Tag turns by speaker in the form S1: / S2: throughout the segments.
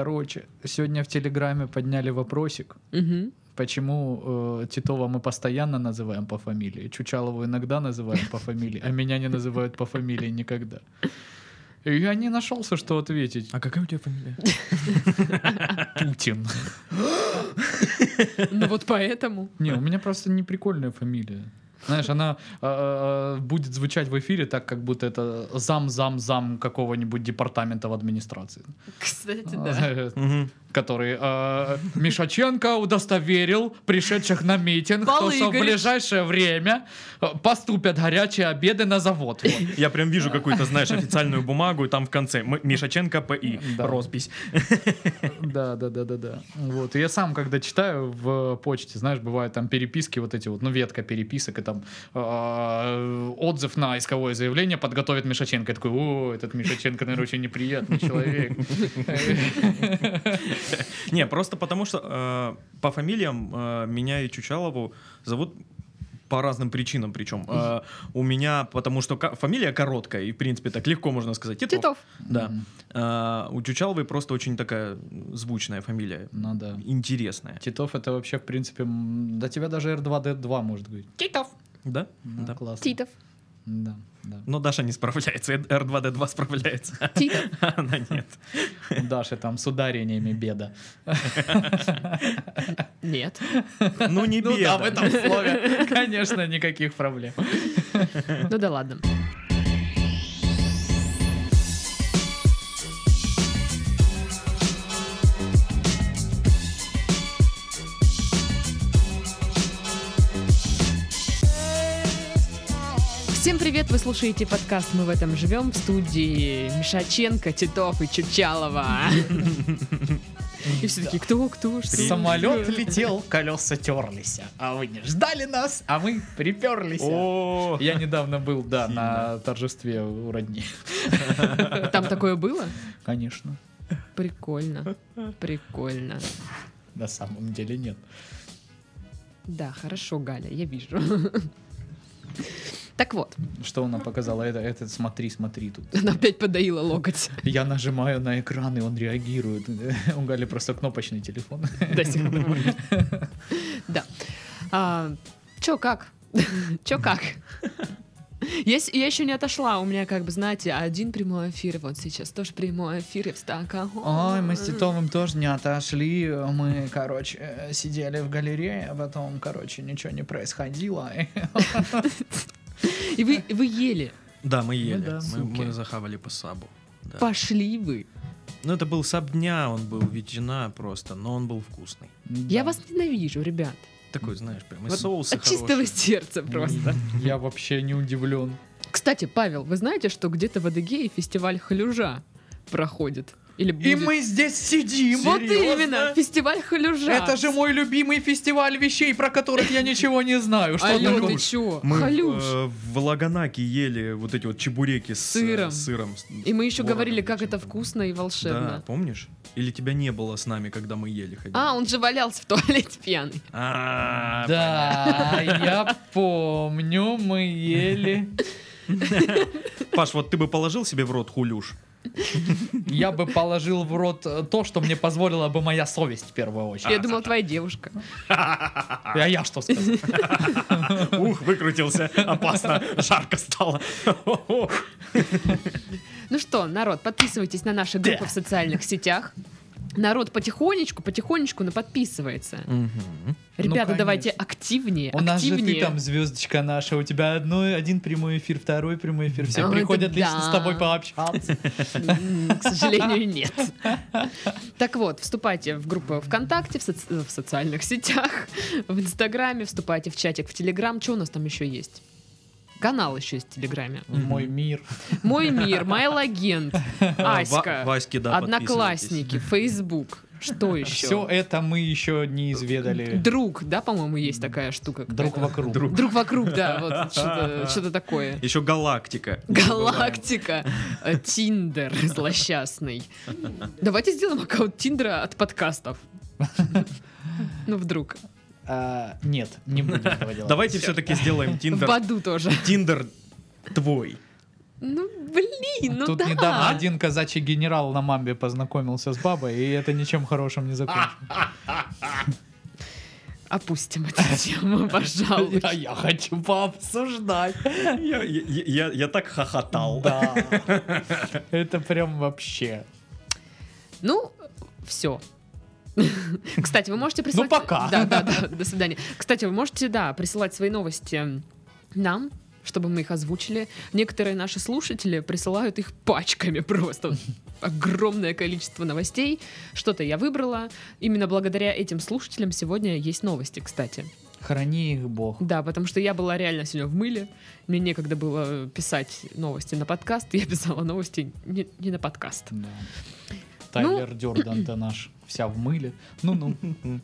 S1: Короче, сегодня в Телеграме подняли вопросик,
S2: Мгм.
S1: почему э, Титова мы постоянно называем по фамилии, Чучалову иногда называем по фамилии, а меня не называют по фамилии никогда. И я не нашелся, что ответить.
S3: А какая у тебя фамилия?
S1: Путин.
S2: Ну вот поэтому.
S1: Не, у меня просто не прикольная фамилия. Знаешь, она э, э, будет звучать в эфире так, как будто это зам-зам-зам какого-нибудь департамента в администрации.
S2: Кстати, да.
S3: Мгм.
S1: который э, Мишаченко удостоверил пришедших на митинг, то, что в
S2: Балыгарь.
S1: ближайшее время э, поступят горячие обеды на завод. Вот.
S3: Я прям вижу какую-то, знаешь, официальную бумагу, и там в конце М- Мишаченко ПИ,
S1: Да.
S3: роспись.
S1: Да, да, да, да, да. Вот. И я сам, когда читаю в э, почте, знаешь, бывают там переписки вот эти вот, ну, ветка переписок, и там э, отзыв на исковое заявление подготовит Мишаченко. Я такой, о, этот Мишаченко, наверное, очень неприятный человек.
S3: Не, просто потому что э, по фамилиям э, меня и Чучалову зовут по разным причинам причем. Э, у меня, потому что ка- фамилия короткая, и в принципе так легко можно сказать. Титов.
S2: Титов.
S3: Да.
S1: Мгм.
S3: А, у Чучаловой просто очень такая звучная фамилия.
S1: Ну да.
S3: Интересная.
S1: Титов это вообще, в принципе, м, до тебя даже R2D2 может говорить.
S2: Титов.
S3: Да?
S1: Да,
S3: Да.
S1: классно.
S2: Титов.
S1: Да, да.
S3: Но Даша не справляется. R2D2 справляется.
S2: Титов.
S3: Она нет.
S1: У Даши там с ударениями беда.
S2: Нет.
S3: Ну не
S1: Ну да, в
S3: беда.
S1: этом слове, конечно, никаких проблем.
S2: Ну да ладно. Всем привет! Вы слушаете подкаст «Мы в этом живем» в студии Мишаченко, Титов и Чучалова. И все таки кто, кто, что?
S1: Самолет летел, колеса терлись, а вы не ждали нас, а мы приперлись.
S3: О,
S1: Я недавно был, да, на торжестве у родни.
S2: Там такое было?
S1: Конечно,
S2: Прикольно. Прикольно.
S1: на самом деле нет.
S2: Да, хорошо, Галя, я вижу. Так вот,
S1: Что она показала? Это, это смотри, смотри тут.
S2: она опять подоила локоть
S1: Я нажимаю на экран, и он реагирует. У Гали просто кнопочный телефон.
S2: до сих пор. Да. А, Чё как? Чё как? Я, с- я еще не отошла, у меня, как бы, знаете, один прямой эфир, вот сейчас тоже прямой эфир и в Стокгольме.
S1: Ой, мы с Титовым тоже не отошли. Мы, короче, э, сидели в галерее, а потом, короче, ничего не происходило.
S2: И вы, вы ели,
S3: Да, мы
S2: Ну
S1: да,
S3: ели. Мы-
S1: суки.
S3: Мы захавали по сабу. Да.
S2: пошли вы.
S3: Ну это был саб дня, он был ветчина просто, но он был вкусный.
S2: Я вас ненавижу, ребят,
S3: Такой, знаешь, прям и
S1: Вот
S3: соусы
S2: от чистого
S3: хорошие.
S2: сердца
S1: Ну
S2: просто.
S1: Я вообще не удивлен.
S2: Кстати, Павел, вы знаете, что где-то в Адыгее фестиваль Халюжа проходит? Или
S1: И
S2: будет?
S1: мы здесь сидим.
S2: Вот
S1: Серьезно?
S2: именно, фестиваль Халюжа.
S1: Это же мой любимый фестиваль вещей, про которых я ничего не знаю. Что
S2: Алло,
S1: такое?
S2: ты чё?
S3: Мы
S2: Халюж.
S3: э, в Лаганаке ели вот эти вот чебуреки с
S2: Сыром.
S3: сыром. сыром с-
S2: И мы еще
S3: творогом
S2: говорили,
S3: или
S2: как
S3: чем
S2: это
S3: там.
S2: вкусно и
S3: Да,
S2: волшебно.
S3: помнишь? Или тебя не было с нами, когда мы ели ходили?
S2: А, он же валялся в туалете пьяный.
S3: А,
S1: Да, я помню, мы ели.
S3: Паш, вот ты бы положил себе в рот хулюш.
S1: Я бы положил в рот э, то, что мне позволила бы моя совесть в первую очередь.
S2: Я думал, твоя девушка.
S1: А я что сказал?
S3: Ух, выкрутился. Опасно. Жарко стало.
S2: Ну что, народ, подписывайтесь на наши группы в социальных сетях. Народ потихонечку, потихонечку, но подписывается. Ребята,
S1: Ну, конечно.
S2: давайте активнее,
S1: У нас же ты
S2: активнее.
S1: там звездочка наша, у тебя одно, один прямой эфир, второй прямой эфир, все
S2: Ой,
S1: приходят
S2: Ну, это
S1: лично
S2: да.
S1: с тобой пообщаться.
S2: М, К сожалению, нет. Так вот, вступайте в группу ВКонтакте, в, соци- э, в социальных сетях, в Инстаграме, вступайте в чатик, в Телеграм. Что у нас там еще есть? Канал еще есть в Телеграме.
S1: Мой мир.
S2: Мой мир, Майл Агент, Аська,
S3: Ваське, да,
S2: Одноклассники, Фейсбук. Что еще?
S1: Все это мы еще не изведали.
S2: Друг, да, по-моему, есть такая штука.
S1: Друг вокруг.
S3: Друг.
S2: Друг вокруг, да, вот что-то- что-то такое.
S3: Еще галактика.
S2: Галактика, э, Тиндер злосчастный. Давайте сделаем аккаунт Тиндера от подкастов. Ну, вдруг.
S1: А, нет, не будем этого делать.
S3: Давайте все-таки сделаем
S2: В
S3: Тиндер.
S2: Баду тоже.
S3: Тиндер твой.
S2: Ну, блин, ну
S1: А Тут
S2: да.
S1: недавно один казачий генерал на мамбе познакомился с бабой, и это ничем хорошим не закончилось.
S2: Опустим эту тему, пожалуй.
S1: А я хочу пообсуждать.
S3: Я- я- Я я так хохотал.
S1: Да. Это прям вообще.
S2: Ну, все. Кстати, вы можете присылать...
S1: пока.
S2: Да, да, да, до свидания. Кстати, вы можете, да, присылать свои новости нам, чтобы мы их озвучили. Некоторые наши слушатели присылают их пачками просто. Вот Огромное количество новостей. Что-то я выбрала. Именно благодаря этим слушателям сегодня есть новости, кстати.
S1: Храни их Бог.
S2: Да, потому что я была реально сегодня в мыле. Мне некогда было писать новости на подкаст. Я писала новости не, не на подкаст.
S1: Да.
S2: Ну,
S1: Тайлер Дёрден-то наш. Вся в мыле. Ну, Ну-ну.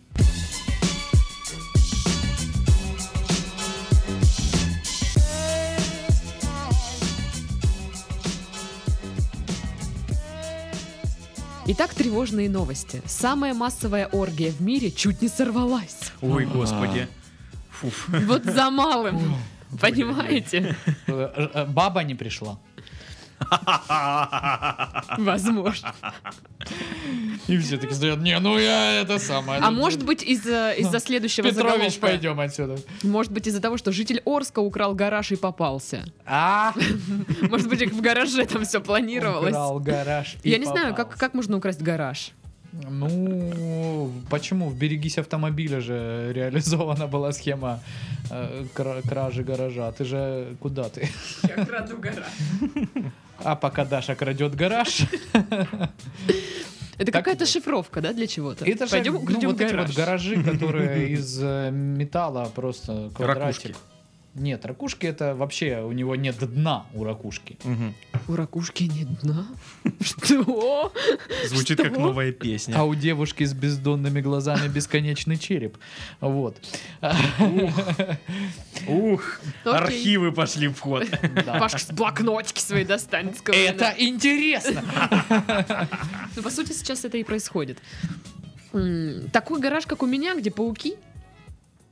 S2: Итак, тревожные новости. Самая массовая оргия в мире чуть не сорвалась.
S3: Ой, господи. Фуф.
S2: Вот за малым. Понимаете?
S1: Э, э, Баба не пришла.
S3: А.
S2: Возможно.
S1: И все таки стоят, не, ну я это самое.
S2: А может быть из-за из-за следующего
S1: ну, Петрович,
S2: заголовка.
S1: пойдем отсюда.
S2: Может быть из-за того, что житель Орска украл гараж и попался.
S1: А,
S2: Может быть их в гараже там все планировалось.
S1: украл гараж. и
S2: Я не знаю, как
S1: попался.
S2: как можно украсть гараж.
S1: Ну, почему? В «Берегись автомобиля» же реализована была схема э, кра- кражи гаража. Ты же куда ты?
S2: Я краду гараж.
S1: А пока Даша крадет гараж,
S2: Это
S1: Так
S2: какая-то
S1: вот.
S2: шифровка, да, для чего-то?
S1: это же
S2: Пойдем
S1: ну,
S2: украдем
S1: вот эти вот
S2: гараж.
S1: гаражи, которые из э, металла просто квадратик. Нет, ракушки это вообще у него нет дна у ракушки.
S3: Мгм.
S2: У ракушки нет дна? Что?
S3: Звучит
S2: Что?
S3: как новая песня.
S1: А у девушки с бездонными глазами бесконечный череп. Вот.
S3: Ух,
S2: Окей.
S3: архивы пошли в ход.
S1: Да.
S2: Пашка с блокнотики свои достанет. с кармана.
S1: Это интересно.
S2: Ну, по сути, сейчас это и происходит. М, Такой гараж, как у меня, где пауки.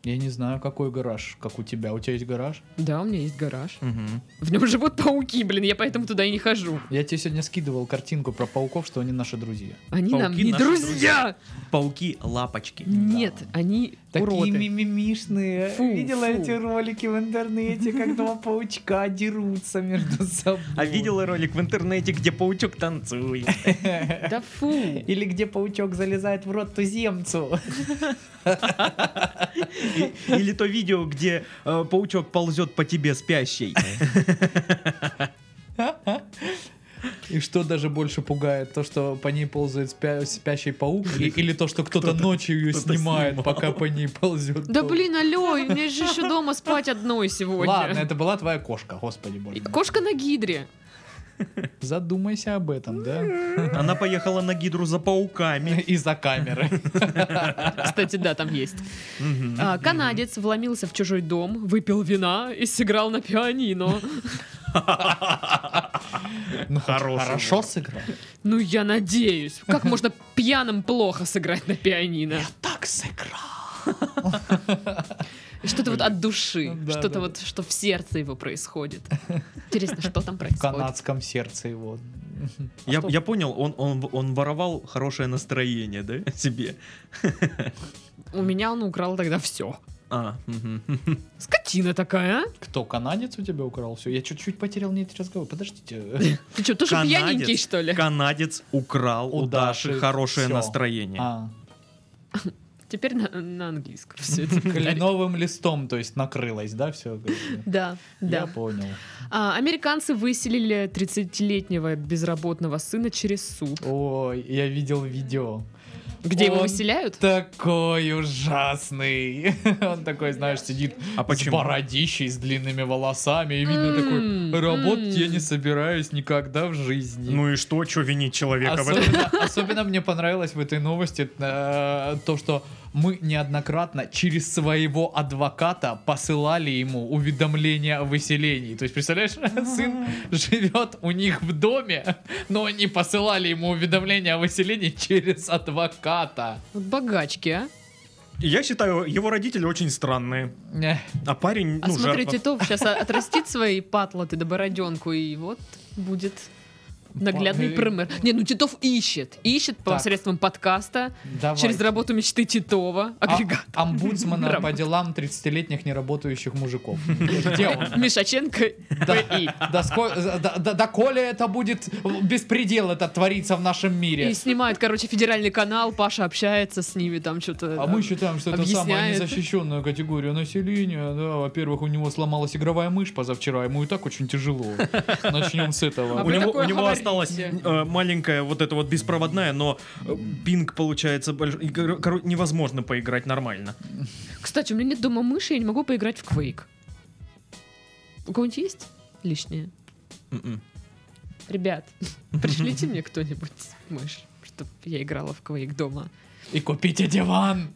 S1: Я не знаю, какой гараж, как у тебя. У тебя есть гараж?
S2: Да, у меня есть гараж.
S3: Мгм.
S2: В нем живут пауки, блин, я поэтому туда и не хожу.
S1: Я тебе сегодня скидывал картинку про пауков, что они наши друзья.
S2: Они нам
S3: Пауки
S2: не
S3: наши
S2: друзья!
S3: Пауки-лапочки.
S2: Нет, они уроды.
S1: мимимишные.
S2: Фу, фу.
S1: ролики в интернете, Ну, как два паучка дерутся между собой.
S3: А видела ролик в интернете, где паучок танцует?
S2: Да фу!
S1: Или где паучок залезает в рот туземцу.
S3: И- Или то видео, где э, паучок ползет по тебе спящей.
S1: И что даже больше пугает? То, что по ней ползает спя- спящий паук? и- Или то, что кто-то ночью ее
S3: кто-то
S1: снимает,
S3: снимал.
S1: пока по ней ползет?
S2: Да
S1: паук?
S2: блин, алло, мне же еще дома спать одной сегодня.
S1: Ладно, это была твоя кошка, господи боже. мой.
S2: Кошка на гидре.
S1: Задумайся об этом, да?
S3: Она поехала на гидру за пауками.
S1: И за камеры.
S2: Кстати, да, там есть.
S3: Мгм.
S2: А, Канадец вломился в чужой дом, выпил вина и сыграл на пианино.
S1: Ну, хоть
S3: Хороший
S1: Хорошо
S3: выбор.
S1: сыграл.
S2: Ну, я надеюсь. Как можно пьяным плохо сыграть на пианино?
S1: Так сыграл.
S2: Что-то вот от души,
S1: Да,
S2: что-то
S1: да,
S2: вот, что в сердце его происходит. Интересно, что там
S1: В
S2: происходит?
S1: канадском сердце его.
S3: Я,
S1: что?
S3: я понял, он, он, он воровал хорошее настроение, да, себе?
S2: У меня он украл тогда все.
S3: А, мгм.
S2: Скотина такая, а?
S1: Кто, канадец у тебя украл все? Я чуть-чуть потерял нить разговор. Подождите.
S2: Ты что, тоже
S3: Канадец.
S2: пьяненький, что ли?
S3: канадец украл у,
S1: У
S3: Даши,
S1: Даши
S3: хорошее
S1: всё.
S3: настроение.
S1: А,
S2: Теперь на, на английском все это.
S1: Кленовым листом, то есть накрылось, да, все?
S2: Да,
S1: Я
S2: да.
S1: понял.
S2: А, американцы выселили 30-летнего безработного сына через суд.
S1: Ой, я видел видео.
S2: Где его
S1: Он
S2: выселяют?
S1: Такой ужасный. Он такой, знаешь, сидит
S3: А
S1: с
S3: почему?
S1: бородищей, с длинными волосами. И видно
S2: М,
S1: такой, работать я
S2: м.
S1: не собираюсь никогда в жизни.
S3: Ну и что, что винить
S1: А
S3: человека в этом?
S1: Особенно, особенно мне понравилось в этой новости э, то, что мы неоднократно через своего адвоката посылали ему уведомления о выселении. То есть, представляешь, сын живет у них в доме, но они посылали ему уведомления о выселении через адвоката.
S2: Вот богачки, а?
S3: Я считаю, его родители очень странные.
S1: Эх,
S3: А парень,
S2: А
S3: ну,
S2: смотри,
S3: жертва.
S2: Титов сейчас отрастит свои патлоты до бороденку, и вот будет наглядный
S1: Патлы.
S2: пример. Не, ну Титов ищет. Ищет посредством подкаста,
S1: Давай.
S2: через работу мечты Титова,
S1: А-
S2: агрегат.
S1: Омбудсмана по
S2: Работа.
S1: делам 30-летних неработающих мужиков. Где он?
S2: Э, Мишаченко и
S1: Да ско- э, да- да- доколе это будет беспредел это творится в нашем мире?
S2: И снимают, короче, федеральный канал, Паша общается с ними, там что-то...
S1: А мы считаем, что это самая
S2: объясняет.
S1: незащищенная категория населения. Да, во-первых, у него сломалась игровая мышь позавчера, ему и так очень тяжело. Начнем с
S2: А
S1: этого.
S3: У
S2: вы
S3: него, у
S2: такое
S3: него
S2: говорите?
S3: осталась э, маленькая вот эта вот беспроводная, но э, пинг получается больш- и, кор- кор- невозможно поиграть нормально.
S2: Кстати, у меня нет дома мыши, я не могу поиграть в Quake. У кого-нибудь есть лишнее?
S3: М-м.
S2: Ребят, пришлите мне кто-нибудь мышь, чтобы я играла в Quake дома.
S1: И купите диван.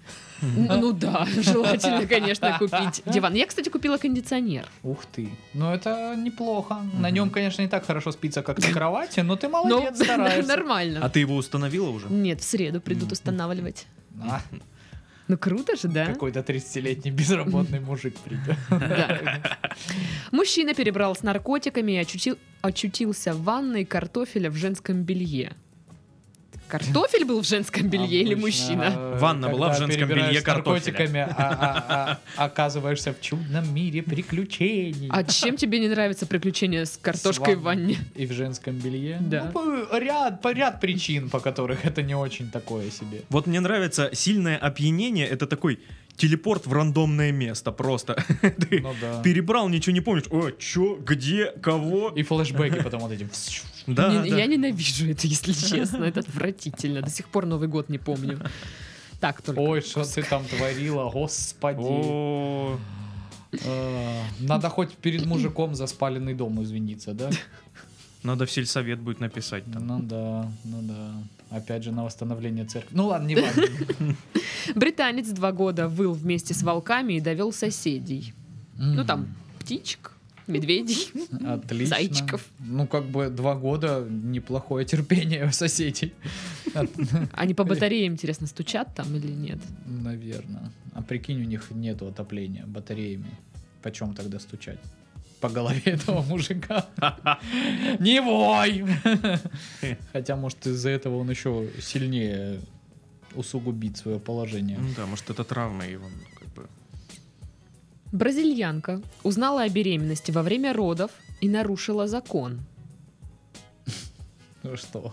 S1: А.
S2: Н- Ну да, желательно, конечно, купить диван. Я, кстати, купила кондиционер.
S1: Ух ты. Ну это неплохо. На нем, конечно, не так хорошо спится, как на кровати, но
S2: Ну,
S1: ты молодец,
S2: Но
S1: стараешься.
S3: А
S2: нормально.
S3: ты его установила уже?
S2: Нет, в среду придут устанавливать.
S1: А,
S2: Ну круто же, да?
S1: Какой-то 30-летний безработный мужик придет.
S2: Да. Мужчина перебрал с наркотиками и очутил- очутился в ванной картофеля в женском белье. Картофель был в женском белье или
S1: Обычно,
S2: мужчина?
S1: э,
S3: Ванна была
S1: когда
S3: в женском
S1: перебираешь
S3: белье
S1: с
S3: картофеля.
S1: наркотиками, а- а- а- оказываешься в чудном мире приключений.
S2: А чем тебе не нравится приключение с картошкой
S1: С
S2: в ванне?
S1: И в женском белье?
S2: Да.
S1: Ну, по- ряд, по ряд причин, по которых это не очень такое себе.
S3: Вот мне нравится сильное опьянение, это такой телепорт в рандомное место просто. Ты
S1: Ну да.
S3: перебрал, ничего не помнишь. О, чё, где, кого?
S1: И флешбеки потом вот эти.
S3: Да,
S2: Не-
S3: да.
S2: Я ненавижу это, если честно. Это отвратительно. До сих пор Новый год не помню. Так только.
S1: Ой, что ты там творила, господи.
S3: О,
S1: Э, Надо хоть перед мужиком за спаленный дом извиниться, да?
S3: надо в сельсовет будет написать там.
S1: Ну да, ну да. Опять же, на восстановление церкви. Ну ладно, не важно.
S2: Британец два года выл вместе с волками и довел соседей. Ну там птичек, медведей.
S1: Отлично.
S2: Зайчиков.
S1: Ну, как бы два года неплохое терпение у соседей.
S2: Они по батарее, интересно, стучат там или нет?
S1: Наверное. А прикинь, у них нету отопления батареями. Почем тогда стучать? По голове этого мужика. Не вой! Хотя, может, из-за этого он еще сильнее усугубит свое положение.
S3: Ну да, может, это травма его. как бы.
S2: Бразильянка узнала о беременности во время родов и нарушила закон.
S1: Ну Что?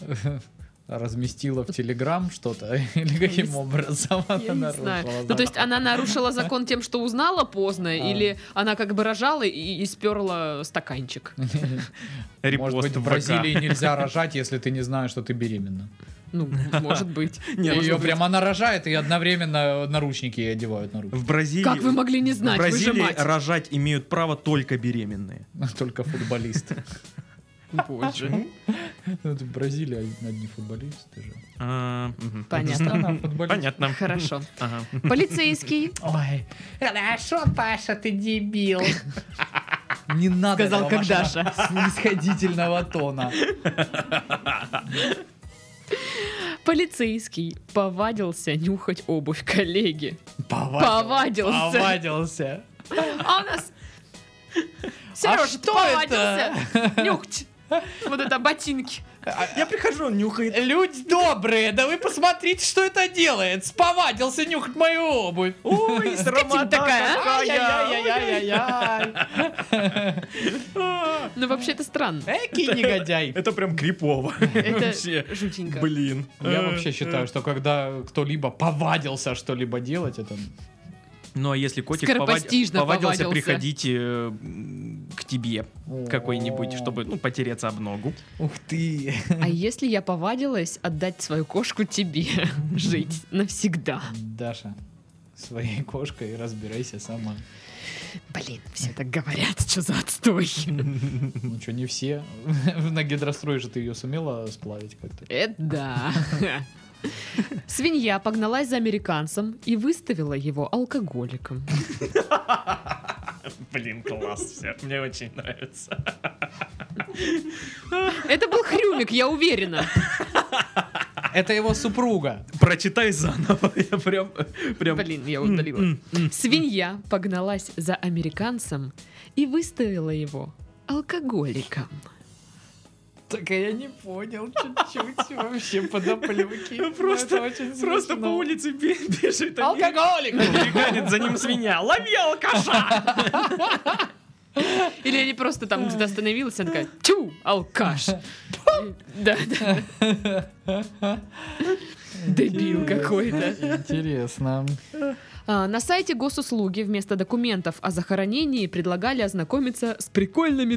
S1: Разместила в Телеграм что-то? Или каким образом
S2: Я
S1: она
S2: не знаю.
S1: нарушила
S2: Ну, то есть
S1: закон?
S2: она нарушила закон тем, что узнала поздно, или она как бы рожала и, и сперла стаканчик.
S3: Репост
S1: Может быть, в
S3: ВК.
S1: Бразилии нельзя рожать, если ты не знаешь, что ты беременна.
S2: Ну, может быть.
S3: Не, ну,
S1: ее
S3: смотри,
S1: прям она рожает, и одновременно наручники ей одевают на руки.
S3: В Бразилии...
S2: Как вы могли не
S3: в
S2: знать? Вы же
S3: Бразилии
S2: мать.
S3: рожать имеют право только беременные.
S1: Только футболисты.
S3: Почему?
S1: Ну, это Бразилия одни футболисты же.
S3: А, мгм.
S2: Понятно.
S1: Она футболист.
S3: Понятно.
S2: Хорошо.
S3: Ага.
S2: Полицейский
S1: Ой, хорошо, Паша, ты дебил. Не надо
S2: Сказал,
S1: этого
S2: как
S1: вашего
S2: Даша.
S1: снисходительного тона.
S2: Полицейский повадился нюхать обувь коллеги.
S1: Повадил-
S2: Повадился.
S1: Повадился.
S2: А у нас... Сережа,
S1: А что
S2: ты повадился нюхать. Вот это ботинки.
S3: Я прихожу, он нюхает.
S1: Люди добрые, да вы посмотрите, что это делает. Сповадился нюхать мою обувь.
S3: Ой, срамота
S2: такая, а?
S1: Ай-яй-яй-яй-яй-яй.
S2: Ну, вообще, это странно.
S1: Экий негодяй.
S3: Это прям крипово. Вообще.
S2: Это жутенько.
S3: Блин.
S1: Я вообще считаю, что когда кто-либо повадился что-либо делать, это...
S3: Ну а если котик повад-
S2: Скоропостижно
S3: повадился,
S2: повадился.
S3: приходите э, м, к тебе какой-нибудь,
S1: О.
S3: чтобы ну, потереться об ногу.
S1: Ух ты!
S2: А если я повадилась отдать свою кошку тебе жить навсегда?
S1: Даша, своей кошкой разбирайся сама.
S2: Блин, все так говорят, что за отстой.
S1: Ну что, не все. На гидрострой же ты ее сумела сплавить как-то.
S2: Это да. Свинья погналась за американцем и выставила его алкоголиком.
S3: Блин, класс все. Мне очень нравится.
S2: Это был Хрюмик, я уверена.
S3: А,
S1: Это его супруга.
S3: Прочитай заново. Я прям... прям...
S2: Блин, я удалила. Свинья погналась за американцем и выставила его алкоголиком.
S1: Так а я не понял чуть-чуть вообще подоплеки. Ну,
S3: Просто, просто по улице бе- бежит американец,
S1: Алкоголик!
S3: за ним свинья. Лови алкаша!
S2: Или они просто там где-то остановилась, она такая, тю, алкаш. Да, да. Дебил какой-то.
S1: Интересно.
S2: А, На сайте госуслуги вместо документов о захоронении предлагали ознакомиться с прикольными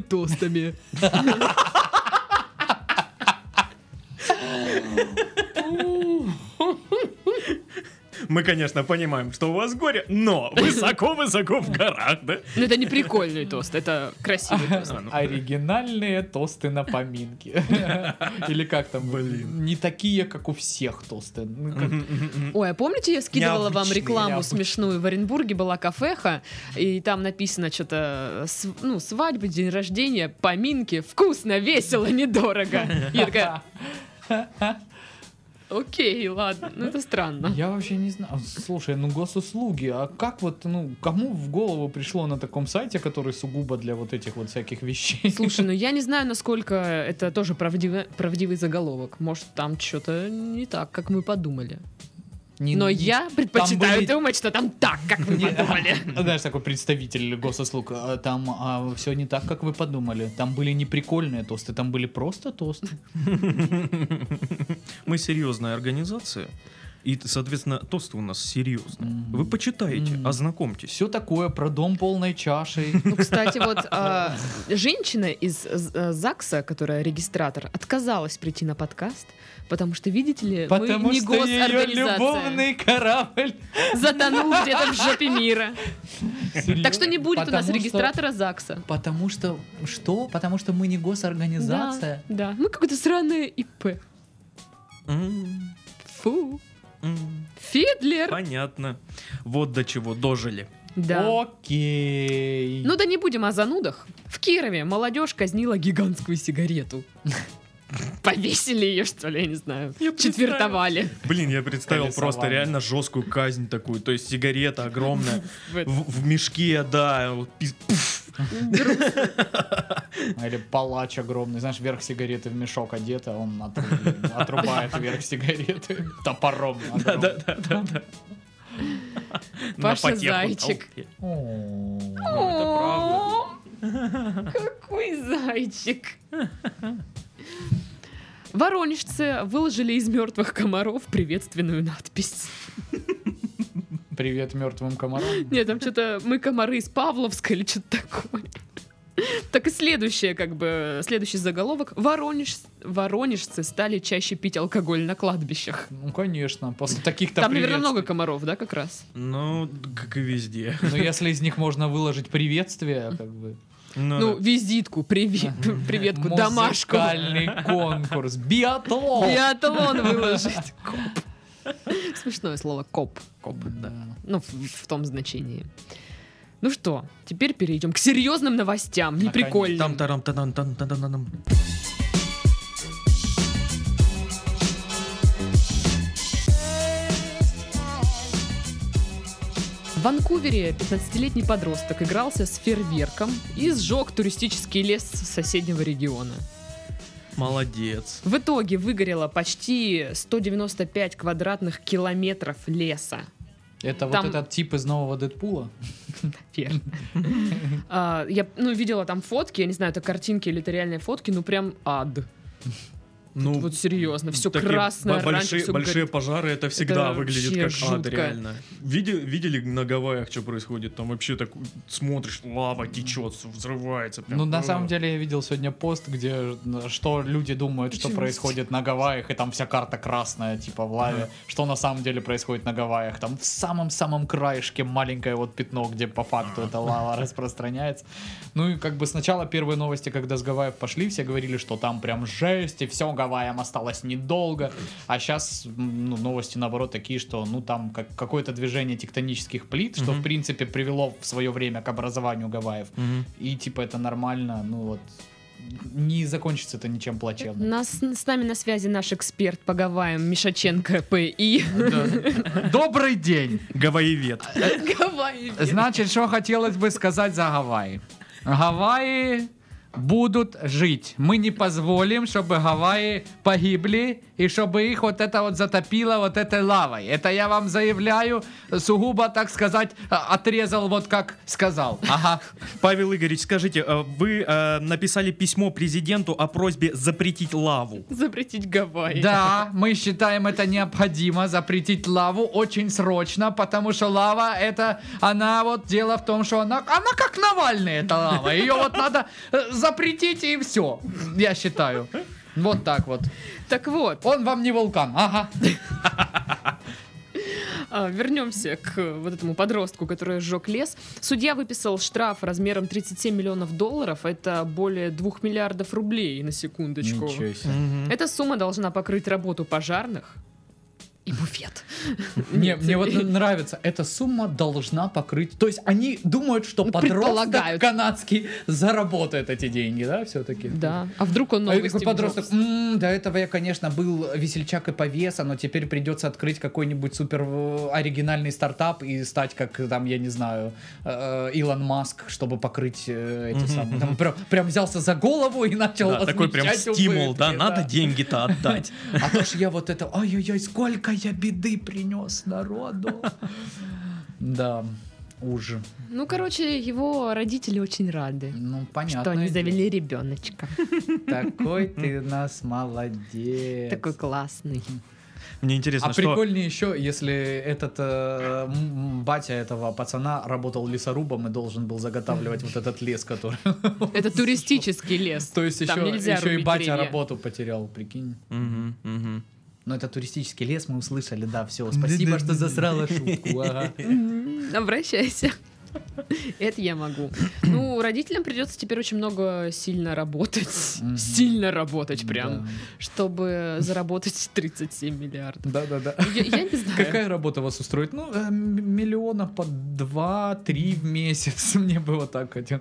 S2: тостами.
S3: Мы, конечно, понимаем, что у вас горе, но высоко-высоко в горах, да?
S2: Но Ну, это не прикольный тост, это красивый тост.
S3: А, ну,
S1: Оригинальные тосты на поминке. Или как там?
S3: Блин.
S1: Не такие, как у всех тосты. Ну, как-
S3: мгм, мгм, мгм.
S2: Ой, а помните, я скидывала вам
S3: Необычные,
S2: рекламу
S1: необычные.
S2: смешную? В Оренбурге была кафеха, и там написано что-то, св- ну, свадьба, день рождения, поминки, вкусно, весело, недорого. Я такая, окей, ладно, ну это странно.
S1: Я вообще не знаю. Слушай, ну госуслуги, а как вот, ну, кому в голову пришло на таком сайте, который сугубо для вот этих вот всяких вещей?
S2: Слушай, ну я не знаю, насколько это тоже правдиво- правдивый заголовок. Может, там что-то не так, как мы подумали.
S1: Не-
S2: Но
S1: не-
S2: я предпочитаю
S1: были-
S2: думать, что там так, как мы
S1: Не.
S2: подумали.
S1: Знаешь, такой представитель госуслуг. «А, Там все не так, как вы подумали. Там были не прикольные тосты, там были просто тосты.
S3: Мы серьезная организация. И, соответственно, тосты у нас серьезные.
S1: Мгм.
S3: Вы почитайте,
S1: Мгм.
S3: ознакомьтесь.
S1: Все такое про дом полной чашей.
S2: Ну, кстати, вот а, женщина из э, ЗАГСа, которая регистратор, отказалась прийти на подкаст, потому что, видите ли,
S1: Потому
S2: мы не
S1: что ее
S2: госорганизация.
S1: любовный корабль.
S2: Затонул где-то в жопе мира. Так что не будет у нас
S1: Потому что-
S2: регистратора ЗАГСа.
S1: Потому что что? Потому что мы не госорганизация.
S2: Да, да. Мы какое-то сраное ИП.
S3: М,
S2: Фу.
S3: м,
S2: Фидлер.
S3: Понятно. Вот до чего дожили.
S2: Да.
S1: Окей.
S2: Ну да не будем о занудах. В Кирове молодежь казнила гигантскую сигарету. Повесили ее, что ли, я не знаю.
S3: Я представила.
S2: Четвертовали.
S3: Блин, я представил
S1: Колесовали.
S3: просто реально жесткую казнь такую. То есть сигарета огромная.
S2: В это.
S3: В, в мешке, да. вот пи- пф.
S1: Или палач огромный, знаешь, верх сигареты в мешок одет, а он отруб- отрубает верх сигареты топором. огромным.
S3: На
S2: Паша
S3: потеху.
S2: Зайчик.
S3: Ау.
S1: О,
S3: правда.
S2: Ну, О, Какой зайчик. Воронежцы выложили из мертвых комаров приветственную надпись.
S1: Привет мертвым комарам.
S2: Нет, там что-то мы комары из Павловска или что-то такое. Так и следующее, как бы, следующий заголовок. Воронеж... Воронежцы стали чаще пить алкоголь на кладбищах.
S1: Ну, конечно, после таких-то
S2: Там, наверное, много
S1: приветствий.
S2: комаров, да, как раз?
S3: Ну, д- как и везде.
S1: Ну, если из них можно выложить приветствие, как бы.
S3: А.
S2: Ну, визитку, привет, приветку, домашку.
S1: Музыкальный конкурс. Биатлон.
S2: Биатлон выложить. Коп. Смешное слово коп. Коп,
S1: Да.
S2: Ну, в, в том значении. Ну что, теперь перейдем к серьезным новостям, неприкольным.
S3: там тарам тадам тан таданам.
S2: В Ванкувере 15-летний подросток игрался с фейерверком и сжег туристический лес соседнего региона.
S3: Молодец.
S2: В итоге выгорело почти 195 квадратных километров леса.
S1: Это вот
S2: Там-
S1: этот тип из нового Дэдпула?
S2: Верно. А, Я ну, видела там фотки, я не знаю, это картинки или это реальные фотки, ну прям ад.
S3: Ну,
S2: Вот серьезно, все
S3: такие
S2: красное,
S3: бо-
S2: оранжевое,
S3: большие,
S2: всё
S3: большие
S2: горит.
S3: пожары это всегда
S2: Это
S3: выглядит
S2: вообще
S3: как ад,
S2: жутко.
S3: реально. Виде- видели на Гавайях, что происходит? Там вообще так смотришь, лава течет, всё взрывается. прям.
S1: Ну, на
S3: Э.
S1: самом деле, я видел сегодня пост, где э, что люди думают, что
S2: Чего?
S1: происходит на Гавайях, и там вся карта красная, типа в лаве. Что на самом деле происходит на Гавайях? Там в самом-самом краешке маленькое вот пятно, где по факту эта лава распространяется. Ну и как бы сначала первые новости, когда с Гавайев пошли, все говорили, что там прям жесть, и все, Гавайям осталось недолго. А сейчас ну, новости, наоборот, такие, что ну там как, какое-то движение тектонических плит, что,
S3: Мгм.
S1: в принципе, привело в свое время к образованию Гавайев.
S3: Мгм.
S1: И типа это нормально, ну вот не закончится это ничем плачевным.
S2: Нас, с нами на связи наш эксперт по Гавайям Мишаченко П.И.
S1: Да. Добрый день.
S3: Гаваевед.
S2: Гавайи.
S1: Значит, что хотелось бы сказать за Гавайи. Гавайи будут жить. Мы не позволим, чтобы Гавайи погибли и чтобы их вот это вот затопило вот этой лавой. Это я вам заявляю, сугубо, так сказать, а- отрезал вот как сказал. Ага.
S3: Павел Игоревич, скажите, э, вы э, написали письмо президенту о просьбе запретить лаву.
S2: Запретить Гавайи.
S1: Да, мы считаем это необходимо запретить лаву очень срочно, потому что лава это, она вот дело в том, что она, она как Навальный эта лава, ее вот надо э, запретить и все, я считаю. Вот так вот.
S2: Так вот,
S1: Он вам не вулкан, ага.
S2: а, вернемся к э, вот этому подростку, который сжег лес. Судья выписал штраф размером 37 миллионов долларов. Это более 2 миллиардов рублей на секундочку.
S1: себе.
S2: Эта сумма должна покрыть работу пожарных и буфет.
S1: Мне, мне вот нравится, эта сумма должна покрыть. То есть они думают, что
S2: Ну,
S1: подросток
S2: предполагают.
S1: канадский заработает эти деньги, да, все-таки?
S2: Да. А вдруг он
S1: А я
S2: новости
S1: такой подросток,
S2: вброс?
S1: «М, до этого я, конечно, был весельчак и повеса, но теперь придется открыть какой-нибудь супер э, оригинальный стартап и стать как, там, я не знаю, э, Илон Маск, чтобы покрыть э, эти
S3: Мгм,
S1: самые. Там прям, прям взялся за голову и начал
S3: Да, такой прям
S1: возмещать
S3: стимул, да,
S1: убытки,
S3: надо деньги-то отдать.
S1: А то ж я вот это, ой-ой-ой, сколько я беды принес народу. Да, уж.
S2: Ну, короче, его родители очень рады,
S1: Ну, понятно.
S2: что они завели ребеночка.
S1: Такой ты у нас молодец.
S2: Такой классный.
S3: Мне интересно,
S1: а
S3: что...
S1: прикольнее еще, если этот э, м, м, батя этого пацана работал лесорубом и должен был заготавливать вот этот лес, который.
S2: Это туристический лес.
S1: То есть
S2: Там
S1: еще,
S2: нельзя
S1: еще и
S2: рубить
S1: батя
S2: деревья.
S1: работу потерял, прикинь.
S3: Мгм, мгм.
S1: Но это туристический лес, мы услышали, да, все. Спасибо, что засрала шутку. ага.
S2: М, Обращайся. Это я могу. Ну, родителям придется теперь очень много сильно работать.
S1: Мгм.
S2: Сильно работать прям. Чтобы заработать 37 миллиардов.
S1: Да, да, да.
S2: Я, я не знаю.
S1: Какая работа вас устроит? Ну, э, м- миллиона по два-три в месяц. Мне было так хотел.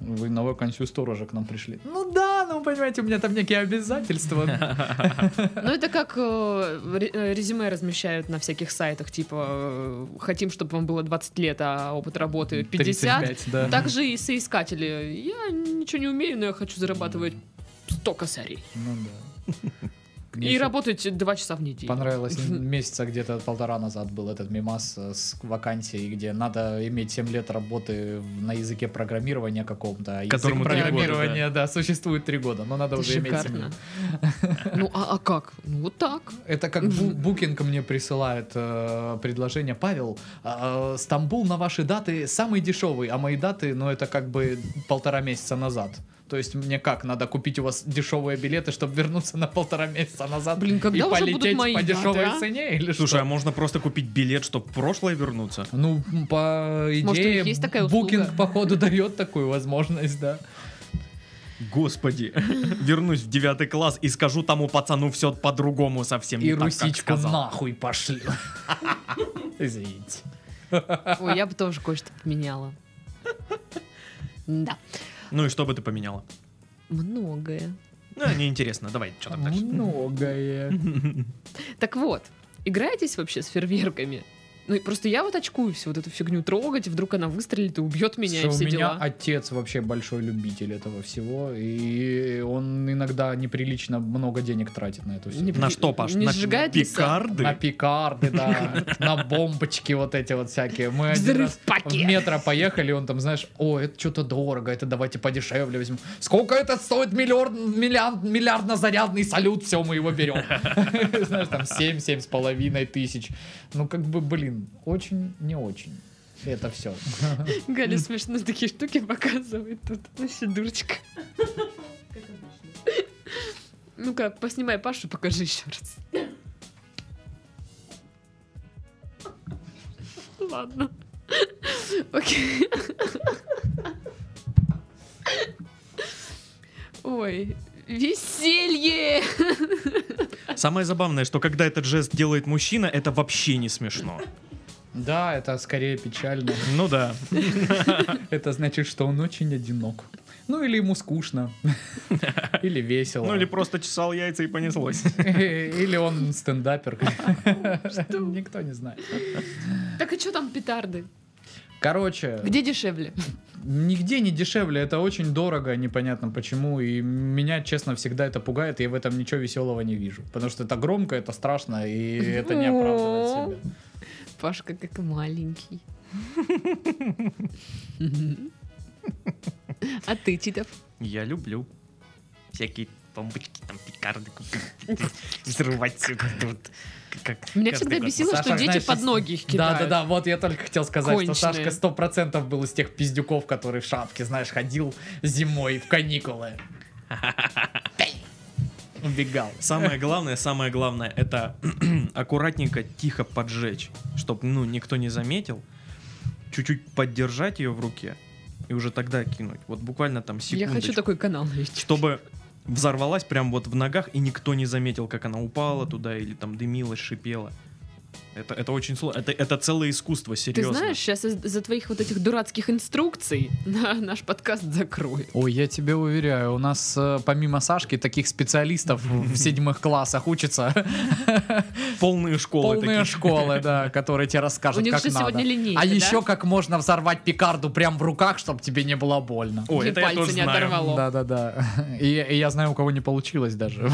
S1: Вы на вакансию сторожа к нам пришли. Ну да, ну понимаете, у меня там некие обязательства.
S2: Ну, это как э, ре- э, резюме размещают на всяких сайтах, типа, э, хотим, чтобы вам было 20 лет, а опыт работы 50.
S1: 35, да.
S2: Так же и соискатели. Я ничего не умею, но я хочу зарабатывать 100 косарей.
S1: Ну да. Мне
S2: И
S1: ещё
S2: работать 2 часа в неделю.
S1: Понравилось м, месяца где-то полтора назад был этот мимас э, с вакансией, где надо иметь 7 лет работы в- на языке программирования каком-то. а Язык
S3: Которому три года, да.
S1: программирования, да. существует 3 года, но надо
S2: Это
S1: уже иметь 7
S2: шикарно.
S1: лет.
S2: Ну, а, а как? Ну, вот так.
S1: Это как бу- Букинг мне присылает э, предложение. Павел, э, Стамбул на ваши даты самый дешевый, а мои даты, ну это как бы полтора месяца назад. То есть мне как, надо купить у вас дешевые билеты, чтобы вернуться на полтора месяца назад
S2: Блин, когда
S1: и
S2: уже будут
S1: полететь
S2: мои
S1: по
S2: даты,
S1: дешевой
S2: а?
S1: цене или что?
S3: Слушай, а можно просто купить билет, чтобы в прошлое вернуться?
S1: Ну, м, по идее,
S2: Может, у них есть такая услуга?
S1: Booking, походу, дает такую возможность, да.
S3: Господи, вернусь в девятый класс и скажу тому пацану все по-другому совсем. не
S1: И
S3: Ну, так, как
S1: русичку
S3: сказал.
S1: нахуй пошли. Извините.
S2: Ой, я бы тоже кое-что поменяла. Да.
S3: Ну и что бы ты поменяла?
S2: Многое.
S3: Ну, неинтересно, давай, что там
S2: Ну,
S3: дальше?
S1: Многое.
S2: Так вот, играетесь вообще с фейерверками? Ну и просто я вот очкую всю вот эту фигню трогать, вдруг она выстрелит и убьет меня и
S1: Слушай,
S2: все
S1: у меня
S2: дела.
S1: отец вообще большой любитель этого всего, и он иногда неприлично много денег тратит на это все.
S2: Не-
S3: На что, Паш?
S2: Не А
S3: на
S2: сжигает леса?
S3: пикарды?
S1: На пикарды, да, на бомбочки вот эти вот всякие. Мы один раз в
S2: Взрыв-пакет.
S1: метро поехали, он там, знаешь, о, это что-то дорого, это давайте подешевле возьмем. Сколько это стоит миллиард, миллиард, миллиардно-зарядный салют, все, мы его берем. Знаешь, там 7, семь с половиной тысяч. Ну, как бы, блин, очень не очень. Это все.
S2: Галя смешно такие штуки показывает тут. Вообще дурочка. Ну-ка, Ну поснимай Пашу, покажи еще раз. Ладно. Окей. Ой, веселье!
S3: Самое забавное, что когда этот жест делает мужчина, это вообще не смешно.
S1: Да, это скорее печально.
S3: Ну да.
S1: Это значит, что он очень одинок. Ну или ему скучно. Или весело.
S3: Ну или просто чесал яйца и понеслось.
S1: Или он стендапер. Никто не знает.
S2: Так и что там петарды?
S1: Короче,
S2: Где дешевле?
S1: нигде не дешевле, это очень дорого, непонятно почему, и меня, честно, всегда это пугает, и я в этом ничего веселого не вижу, потому что это громко, это страшно, и это не оправдывает себя.
S2: Пашка как маленький. А ты, Титов?
S4: Я люблю всякие бомбочки, там, пикарды купить, взрывать всё это вот, как
S2: Меня
S4: каждый
S2: всегда
S4: год.
S2: бесило,
S1: Саша,
S2: что дети
S1: знаешь,
S2: под
S1: сейчас-
S2: ноги их кидают.
S1: Да-да-да, вот я только хотел сказать, что
S2: Конченые.
S1: Сашка сто процентов был из тех пиздюков, который в шапке, знаешь, ходил зимой в каникулы. Убегал.
S3: Самое главное, самое главное, это аккуратненько, тихо поджечь, чтобы ну, никто не заметил. Чуть-чуть поддержать ее в руке и уже тогда кинуть. Вот буквально там
S2: Я
S3: секундочку.
S2: хочу такой канал на YouTube.
S3: Чтобы взорвалась прям вот в ногах, и никто не заметил, как она упала туда или там дымилась, шипела. Это, это очень сложно. Это, это целое искусство,
S2: Ты
S3: серьезно.
S2: знаешь, сейчас из-за твоих вот этих дурацких инструкций на- наш подкаст закроют.
S1: Ой, я тебе уверяю, у нас э, помимо Сашки таких специалистов в седьмых классах учатся
S3: полные школы
S1: полные
S3: такие.
S1: школы, да, которые тебе
S2: У
S1: расскажут,
S2: них
S1: как
S2: же сегодня
S1: надо.
S2: линейка,
S1: А
S2: да?
S1: еще как можно взорвать пикарду прям в руках, чтобы тебе не было больно.
S3: Ой,
S2: Мне
S3: это я
S2: пальцы
S3: тоже
S2: не
S3: знаю.
S2: оторвало.
S1: Да, да, да. И, и я знаю, у кого не получилось даже.
S5: Тут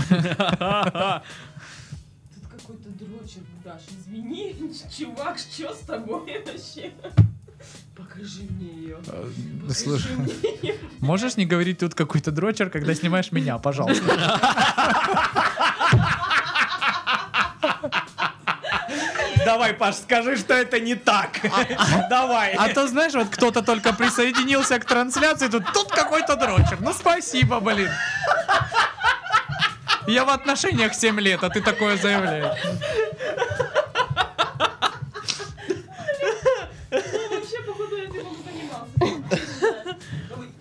S5: какой-то дрочер, Даш, извини, чувак, что с тобой вообще? Покажи мне ее.
S1: Э, Слушай, можешь не говорить тут какой-то дрочер, когда снимаешь меня, пожалуйста?
S3: Давай, Паш, скажи, что это не так. Давай.
S1: А то, знаешь, вот кто-то только присоединился к трансляции, тут тут какой-то дрочер. Ну спасибо, блин. Я в отношениях 7 лет, а ты такое заявляешь.
S5: Вообще, походу, я этим занимался.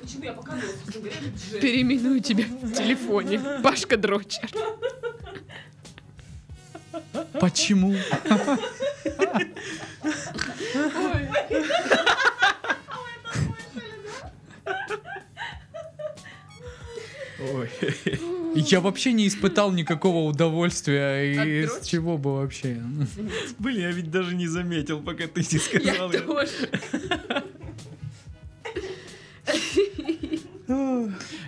S5: Почему я показывала, собственно говоря, этот жест?
S2: Переименую тебя в телефоне. Пашка Дрочер.
S1: Почему?
S3: Ой.
S1: Я вообще не испытал никакого удовольствия. И
S2: От
S1: с
S2: дрочки?
S1: чего бы вообще?
S3: Блин, я ведь даже не заметил, пока ты не
S2: Я
S3: сказал.
S2: тоже.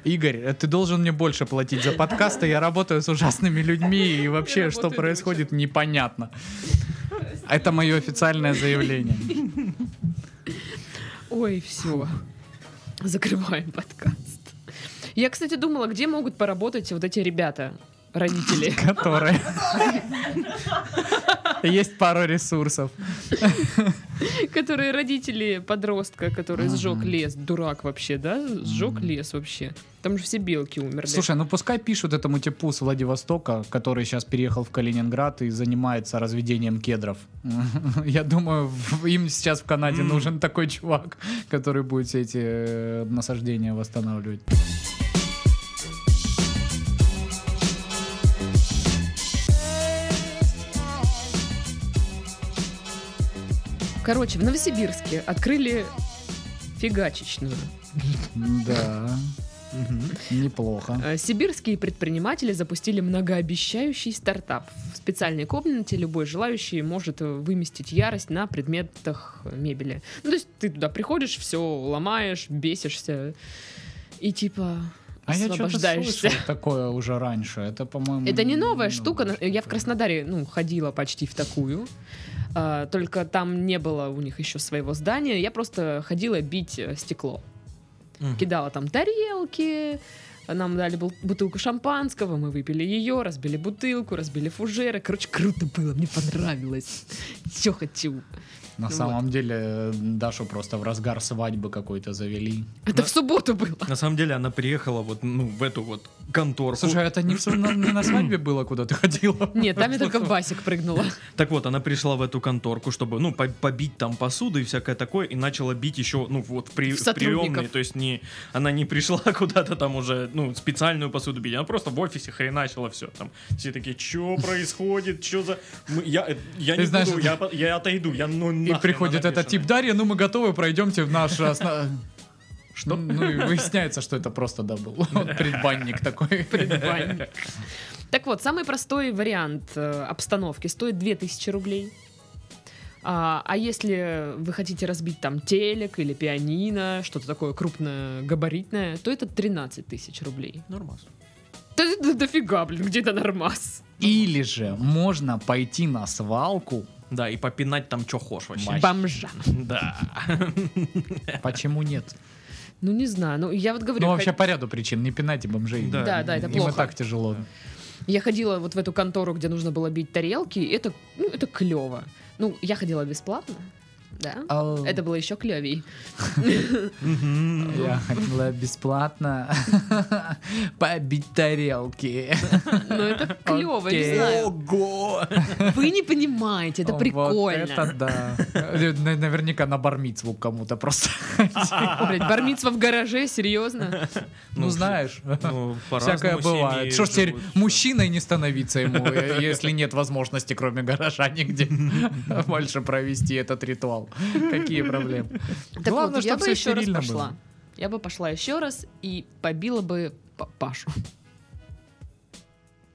S1: Игорь, э, ты должен мне больше платить за подкасты. Я работаю с ужасными людьми, и вообще,
S2: Я
S1: что
S2: работаю
S1: происходит, непонятно. Это мое официальное заявление.
S2: Ой, все. Закрываем подкаст. Я, кстати, думала, где могут поработать вот эти ребята, родители.
S1: Которые. Есть пару ресурсов.
S2: которые родители подростка, который
S1: Мгм.
S2: сжег лес. Дурак вообще, да? Сжег
S1: Мгм.
S2: лес вообще. Там же все белки умерли.
S1: Слушай, ну пускай пишут этому типу с Владивостока, который сейчас переехал в Калининград и занимается разведением кедров. Я думаю, в- им сейчас в Канаде
S3: М.
S1: нужен такой чувак, который будет все эти э, насаждения восстанавливать.
S2: Короче, в Новосибирске открыли фигачечную.
S1: Да, неплохо.
S2: Э, Сибирские предприниматели запустили многообещающий стартап. В специальной комнате любой желающий может э, выместить ярость на предметах мебели. Ну, то есть ты туда приходишь, все ломаешь, бесишься и типа
S1: А я что-то
S2: освобождаешься.
S1: слышал такое уже раньше. Это, по-моему... ну,
S2: Это не новая штука.
S1: штука.
S2: на- Я в Краснодаре, ну, ходила почти в такую. А, Только там не было у них еще своего здания. Я просто ходила бить э, стекло.
S3: Мгм.
S2: Кидала там тарелки. Нам дали бу- бутылку шампанского, мы выпили ее, разбили бутылку, разбили фужеры. Короче, круто было, мне понравилось. Все хочу.
S1: На
S2: Ну Вот.
S1: самом деле э, Дашу просто в разгар свадьбы какой-то завели.
S2: Это в субботу было.
S3: На самом деле она приехала вот ну, в эту вот конторку.
S1: Слушай, а это не, в су- на, не на свадьбе было, куда ты ходила?
S2: Нет, там я только в басик прыгнула.
S3: Так вот, она пришла в эту конторку, чтобы, ну, по- побить там посуду и всякое такое, и начала бить еще, ну, вот при,
S2: В
S3: в приемной.
S2: сотрудников.
S3: То есть не, она не пришла куда-то там уже, ну, специальную посуду бить, она просто в офисе хреначила все там. Все такие, что происходит, что за... Мы- я, э, я
S1: Ты
S3: не
S1: знаешь,
S3: буду, я, по- я отойду, я ну
S1: И
S3: нахрен
S1: приходит
S3: она
S1: этот
S3: бешеная».
S1: тип, Дарья, ну мы готовы, пройдемте в наш... осна- Что? Ну и выясняется, что это просто да был. Предбанник такой.
S2: Предбанник. Так вот, самый простой вариант э, обстановки стоит 2000 рублей. А, а если вы хотите разбить там телек или пианино, что-то такое крупное, габаритное, то это 13 тысяч рублей.
S3: Нормас.
S2: Да это дофига, блин, где-то нормас.
S1: Или же можно пойти на свалку.
S3: Да, и попинать там что хочешь вообще.
S1: Мать.
S2: Бомжа.
S3: Да.
S1: Почему нет?
S2: Ну не знаю, ну я вот говорю,
S1: Ну вообще
S2: хот-
S1: по ряду причин. Не пинайте бомжей.
S3: Да.
S2: Да, да, это
S1: Им и
S2: плохо.
S1: так тяжело.
S2: я ходила вот в эту контору, где нужно было бить тарелки, и это, ну, это клево. Ну, я ходила бесплатно, да.
S1: А,
S2: Это было еще клевей.
S3: Мгм.
S1: Я хотела бесплатно побить тарелки.
S2: Но это клево, не
S1: Окей.
S2: знаю.
S3: Ого!
S2: Вы не понимаете, это
S1: Вот
S2: прикольно.
S1: это да. Э, на- Наверняка на бармицву кому-то просто.
S2: О, блядь, бармитсва в гараже, серьезно?
S1: Ну, знаешь.
S3: Ну, по-разному
S1: Всякое бывает.
S3: семьи
S1: Что ж теперь
S3: живут, что-
S1: мужчиной не становиться ему, э, если нет возможности, кроме гаража, нигде больше провести этот ритуал. Какие проблемы?
S2: Так
S1: Главное,
S2: вот, я
S1: чтобы
S2: бы
S1: все
S2: еще раз
S1: стерильно
S2: пошла.
S1: было.
S2: Я бы пошла еще раз и побила бы Па- Пашу.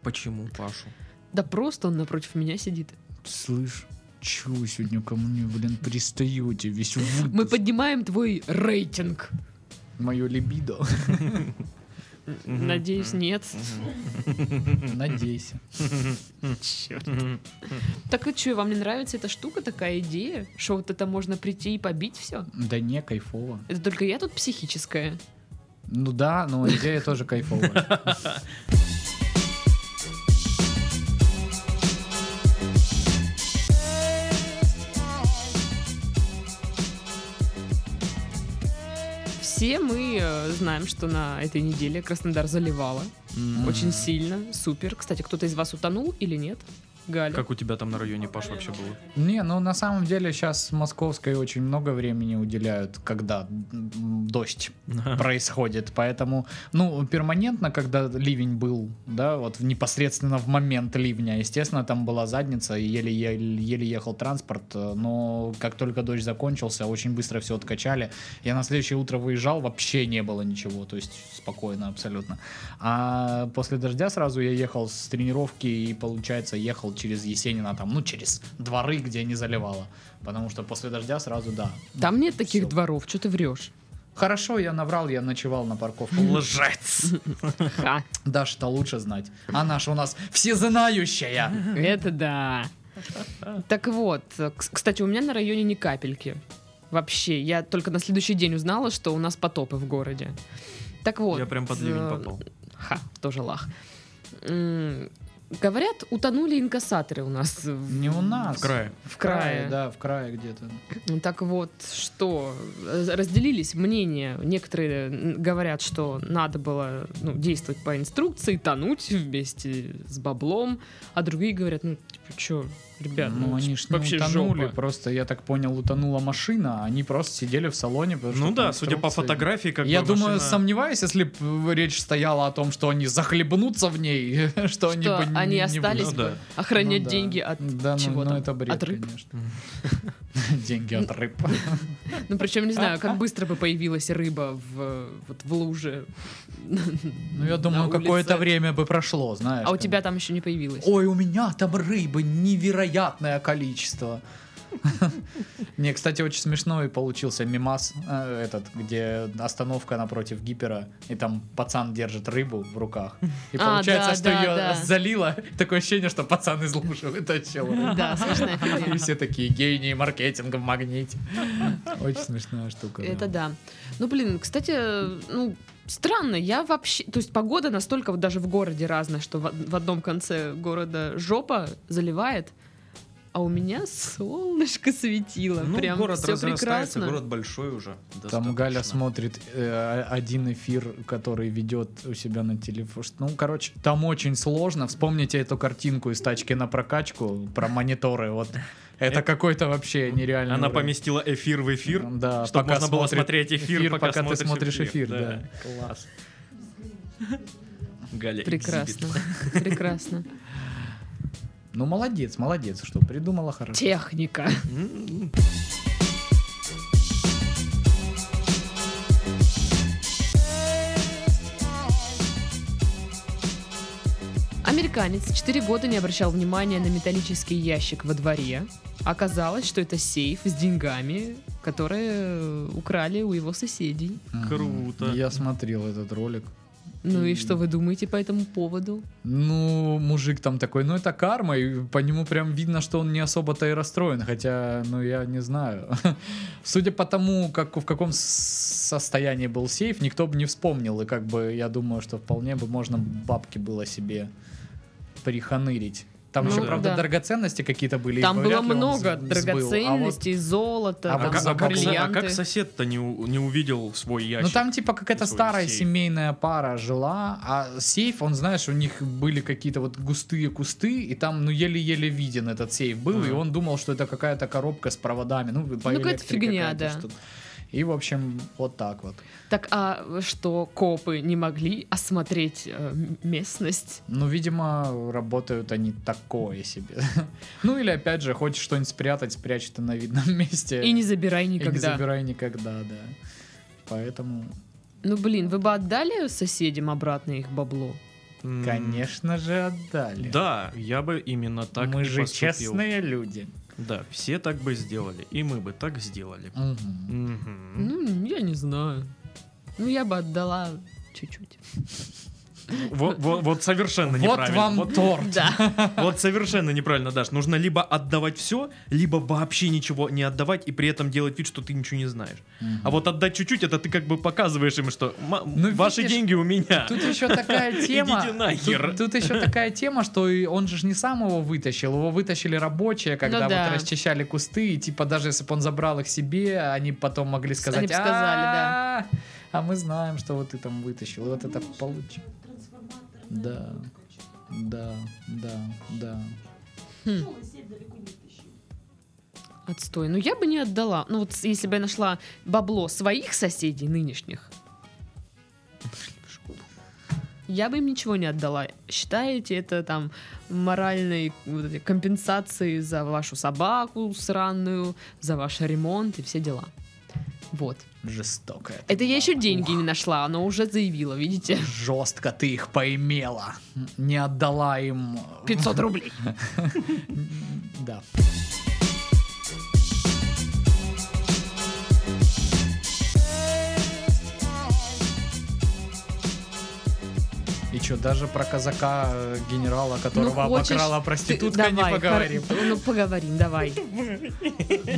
S3: Почему Пашу?
S2: Да просто он напротив меня сидит.
S1: Слышь, чего вы сегодня ко мне, блин, пристаете? Весь
S2: Мы
S1: выпуск.
S2: поднимаем твой рейтинг.
S1: Мое либидо.
S3: Мгм.
S2: Надеюсь, нет.
S1: Надейся.
S2: Так и что, вам не нравится эта штука, такая идея? Что вот это можно прийти и побить все?
S1: Да не, кайфово.
S2: Это только я тут психическая.
S1: Ну да, но идея тоже кайфовая.
S2: Все мы э, знаем, что на этой неделе Краснодар заливало.
S1: М.
S2: Очень сильно, супер. Кстати, кто-то из вас утонул или нет? Галя.
S3: Как у тебя там на районе Паш вообще было?
S1: Не, ну на самом деле сейчас московской очень много времени уделяют, когда м, дождь происходит. Поэтому, ну, перманентно, когда ливень был, да, вот в- непосредственно в момент ливня, естественно, там была задница, и еле, еле, еле ехал транспорт, э, но как только дождь закончился, очень быстро все откачали. Я на следующее утро выезжал, вообще не было ничего, то есть спокойно абсолютно. А после дождя сразу я ехал с тренировки и, получается, ехал через Есенина, там, ну, через дворы, где не заливало. Потому что после дождя сразу, да.
S2: Там нет таких
S1: Всё.
S2: дворов, что ты врешь?
S1: Хорошо, я наврал, я ночевал на парковке.
S4: Лжец.
S2: Ха,
S1: Даша-то лучше знать. Она ж у нас всезнающая.
S2: это да. Так вот, э, кс- кстати, у меня на районе ни капельки. Вообще, я только на следующий день узнала, что у нас потопы в городе. Так вот.
S3: Я прям под ливень
S2: э,
S3: попал.
S2: Ха, тоже лах. М, Говорят, утонули инкассаторы у нас в,
S1: Не у нас.
S3: В крае.
S2: в крае.
S1: Да, в крае где-то.
S2: Ну, Так вот, что э, разделились мнения. Некоторые м, говорят, что надо было ну, действовать по инструкции, тонуть вместе с баблом, а другие говорят, ну, типа, что, ребят,
S1: ну, они ж не
S2: вообще
S1: утонули,
S2: жопа.
S1: просто, я так понял, утонула машина, а они просто сидели в салоне. потому что
S3: Ну
S1: там
S3: да, судя по
S1: инструкции.
S3: фотографии, как
S1: Я
S3: бы
S1: думаю,
S3: машина-
S1: сомневаюсь, если б речь стояла о том, что они захлебнутся в ней, что, они
S2: Что
S1: бы не-
S2: они
S1: не
S2: остались
S1: выжили.
S3: Ну да.
S2: Охранять
S1: Ну да.
S2: деньги от
S1: Да, ну-
S2: чего
S1: ну,
S2: там?
S1: это бред,
S2: От рыб?
S1: конечно. Деньги от рыб.
S2: Ну, причем, не знаю, как быстро бы появилась рыба в, э, вот, в луже.
S1: Ну, я думаю,
S2: улице.
S1: какое-то время бы прошло, знаешь.
S2: А у
S1: как
S2: тебя там еще не появилась.
S1: Ой, у меня там рыбы невероятное количество. Не, кстати, очень смешной получился мимас э, этот, где остановка напротив гипера, и там пацан держит рыбу в руках. И
S2: А,
S1: получается,
S2: да,
S1: что
S2: да,
S1: ее
S2: да.
S1: залило. Такое ощущение, что пацан из лужи вытащил. рыбу.
S2: Да, смешная
S1: И
S2: фигня.
S1: все такие гении маркетинга в магните. Очень смешная штука.
S2: Это да. Ну, блин, кстати, э, ну, странно, я вообще... То есть погода настолько вот даже в городе разная, что в, од- в одном конце города жопа заливает, а у меня солнышко светило.
S3: Ну,
S2: Прям
S3: город
S2: все
S3: разрастается,
S2: прекрасно.
S3: город большой уже.
S1: Там Галя
S3: достаточно.
S1: смотрит э, один эфир, который ведет у себя на телефон. Ну, короче, там очень сложно. Вспомните эту картинку из тачки на прокачку про мониторы. Вот это какой-то вообще нереальный.
S3: Э, ну, Она
S1: уровень.
S3: поместила эфир в эфир.
S1: Да,
S3: чтобы
S1: пока
S3: можно было
S1: смотрит
S3: смотреть эфир,
S1: эфир,
S3: пока
S1: пока ты
S3: смотришь
S1: смотришь эфир.
S3: эфир, да.
S1: Да. Класс.
S3: Галя,
S2: Прекрасно.
S3: экзибит.
S2: Прекрасно.
S1: Ну, молодец, молодец, что придумала хорошо.
S2: Техника.
S3: М,
S2: Американец 4 года не обращал внимания на металлический ящик во дворе. Оказалось, что это сейф с деньгами, которые э, украли у его соседей.
S1: Мгм.
S3: Круто.
S1: Я смотрел этот ролик.
S2: Ну и
S1: М.
S2: что вы думаете по этому поводу?
S1: Ну, мужик там такой, ну это карма, и по нему прям видно, что он не особо-то и расстроен, хотя, ну я не знаю. Судя по тому, как, в каком с- состоянии был сейф, никто бы не вспомнил, и как бы я думаю, что вполне бы можно бабки было себе приханырить. Там
S2: Ну
S1: еще,
S3: да.
S1: правда,
S2: да.
S1: драгоценности какие-то были. и
S2: Там
S1: вряд
S2: было
S1: ли он
S2: много
S1: сбыл.
S2: драгоценностей, золота,
S1: а
S2: там
S1: вот
S3: как-
S1: за
S3: а как со- а
S2: бриллианты.
S3: как сосед-то не, у- не увидел свой
S1: А вот-
S3: ящик?
S1: ну там типа какая-то
S3: Свой
S1: старая
S3: сейф.
S1: семейная пара жила, а сейф, он, знаешь, у них были какие-то вот густые кусты, и там, ну, еле-еле виден этот сейф был,
S3: Мгм.
S1: и он думал, что это какая-то коробка с проводами, ну, по
S2: какая-то
S1: электрике
S2: фигня,
S1: какая-то
S2: да.
S1: что-то. И, в общем, вот так вот.
S2: Так а что копы не могли осмотреть э, м- местность?
S1: Ну, видимо, работают они такое себе. Ну, или, опять же, хочешь что-нибудь спрятать, спрячь это на видном месте.
S2: И не
S1: Э,
S2: забирай
S1: И не
S2: никогда.
S1: забирай никогда, да. Поэтому,
S2: Ну блин, вы бы отдали соседям обратно их бабло?
S3: М,
S1: конечно же, отдали.
S3: Да, я бы именно так
S1: Мы
S3: и
S1: же
S3: поступил.
S1: честные люди.
S3: Да, все так бы сделали, и мы бы так сделали.
S1: Мгм.
S3: Мгм.
S2: Ну, я не знаю. Ну, я бы отдала чуть-чуть.
S3: Во- во- Вот совершенно
S1: Вот
S3: неправильно.
S1: вам
S3: Вот-
S1: торт.
S2: Да.
S3: Вот совершенно неправильно, Даш. Нужно либо отдавать все, либо вообще ничего не отдавать и при этом делать вид, что ты ничего не знаешь.
S1: Мгм.
S3: А вот отдать чуть-чуть, это ты как бы показываешь им, что «Ма-
S1: Ну,
S3: ваши
S1: видишь,
S3: деньги у меня.
S1: Тут еще такая тема.
S3: Идите нахер.
S1: Тут, тут еще такая тема, что и он же ж не сам его вытащил, его вытащили рабочие, когда
S2: Ну да.
S1: вот расчищали кусты, и типа даже если бы он забрал их себе, они потом могли сказать,
S2: Они бы сказали, да.
S1: «А, а мы знаем, что вот ты там вытащил, и вот это получше.
S5: Трансформаторная
S1: Да.
S5: будка, чё-то.
S1: Да, да, да.
S5: Ну, лысеть далеко не тащил.
S2: Отстой. Ну, я бы не отдала. Ну, вот с- если бы я нашла бабло своих соседей нынешних, я бы им ничего не отдала. Считаете это там моральной вот этой компенсацией за вашу собаку сраную, за ваш ремонт и все дела. Вот.
S1: Жестоко.
S2: Это я еще
S1: было.
S2: деньги не нашла, она уже заявила, видите?
S1: Жестко ты их поимела. Не отдала им... э,
S2: 500 рублей.
S1: Да. И что, даже про казака э, генерала, которого
S2: Ну, хочешь,
S1: обокрала
S2: Ты-
S1: проститутка, не
S2: давай,
S1: поговорим.
S2: хор- Ну, поговорим, давай.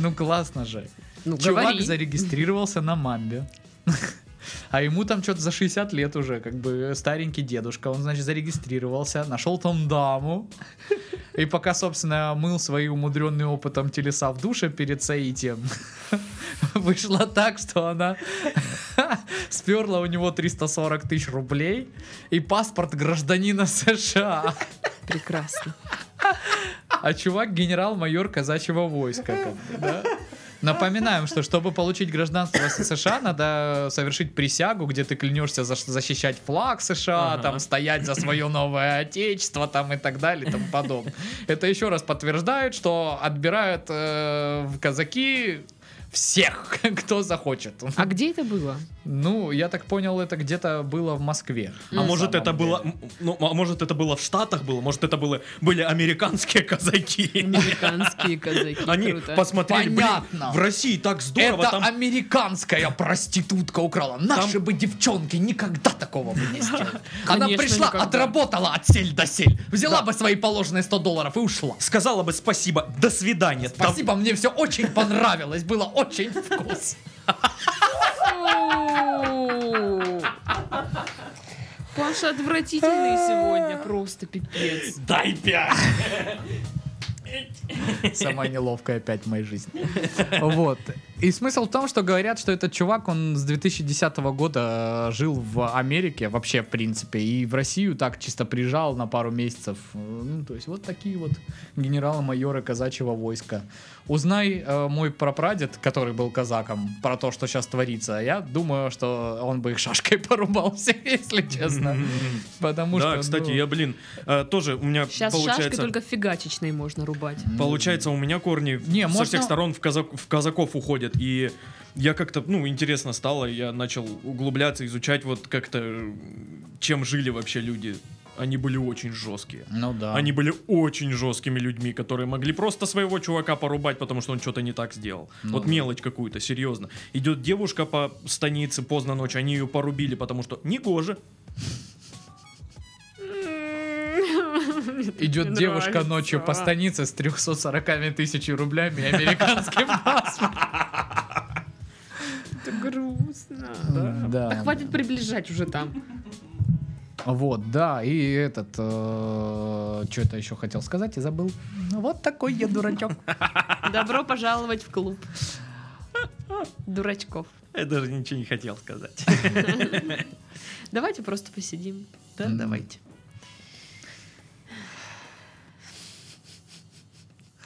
S1: Ну классно же.
S2: Ну,
S1: Чувак
S2: говори.
S1: зарегистрировался на мамбе. А ему там что-то за 60 лет уже, как бы э, старенький дедушка. Он, значит, зарегистрировался, нашел там даму. И пока, собственно, мыл свои умудренные опытом телеса в душе перед соитием, вышло так, что она сперла у него 340 тысяч рублей и паспорт гражданина США.
S2: Прекрасно.
S1: А чувак генерал-майор казачьего войска. как бы, да? Напоминаем, что чтобы получить гражданство США, надо совершить присягу, где ты клянешься за- защищать флаг США,
S3: Ага.
S1: там стоять за свое новое отечество, там и так далее, и тому подобное. Это еще раз подтверждает, что отбирают э, в казаки всех, кто захочет.
S2: А где это было?
S1: Ну, я так понял, это где-то было в Москве.
S3: А
S1: На
S3: может
S1: самом
S3: это было,
S1: деле.
S3: м, ну, а может это было в Штатах было, может это было были американские казаки.
S2: Американские казаки.
S3: Они
S2: Круто.
S3: посмотрели, блин,
S1: Ну, Понятно.
S3: в России так здорово,
S1: это
S3: там
S1: американская проститутка украла. Наши бы девчонки никогда такого бы не сделали. Она
S2: Конечно,
S1: пришла,
S2: никогда.
S1: отработала отсель до сель, взяла бы свои положенные 100 долларов и ушла.
S3: сказала бы спасибо, до свидания. Там-
S1: Спасибо, мне все очень понравилось, было очень вкусно.
S2: Фу. Паша отвратительный
S1: А.
S2: сегодня, просто пипец.
S4: Дай пять.
S1: Самая неловкая опять в моей жизни. Вот. И смысл в том, что говорят, что этот чувак, он с 2010 года э, жил в Америке вообще, в принципе, и в Россию так чисто приезжал на пару месяцев. Э, Ну, то есть вот такие вот генералы-майоры казачьего войска. Узнай э, мой прапрадед, который был казаком, про то, что сейчас творится, я думаю, что он бы их шашкой порубал всех, если честно. Потому что...
S3: Да,
S1: ну,
S3: кстати, я, блин, э, тоже у меня
S2: Сейчас шашкой
S3: получается...
S2: только фигачечной можно рубать.
S3: Получается, у меня корни в-
S1: Не,
S3: со
S1: можно-
S3: всех сторон в, казак- в казаков уходят. И я как-то, ну, интересно стало, я начал углубляться, изучать вот как-то, э, чем жили вообще люди они были очень жесткие.
S1: Ну да.
S3: Они были очень жесткими людьми, которые могли просто своего чувака порубать, потому что он что-то не так сделал.
S1: Ну
S3: вот
S1: да.
S3: мелочь какую-то, серьезно. Идет девушка по станице поздно ночью, они ее порубили, потому что негоже.
S1: Идет
S2: Мне
S1: девушка
S2: нравится.
S1: ночью по станице с 340 тысяч рублями и американским паспортом.
S2: Это грустно.
S1: Да.
S2: Да хватит приближать уже там.
S1: Вот, да, и этот... э, Что-то еще хотел сказать и забыл. Ну, Вот такой я дурачок.
S2: Добро пожаловать в клуб. Дурачков.
S4: Я даже ничего не хотел сказать.
S2: Давайте просто посидим.
S4: Да,
S1: Мгм.
S4: давайте.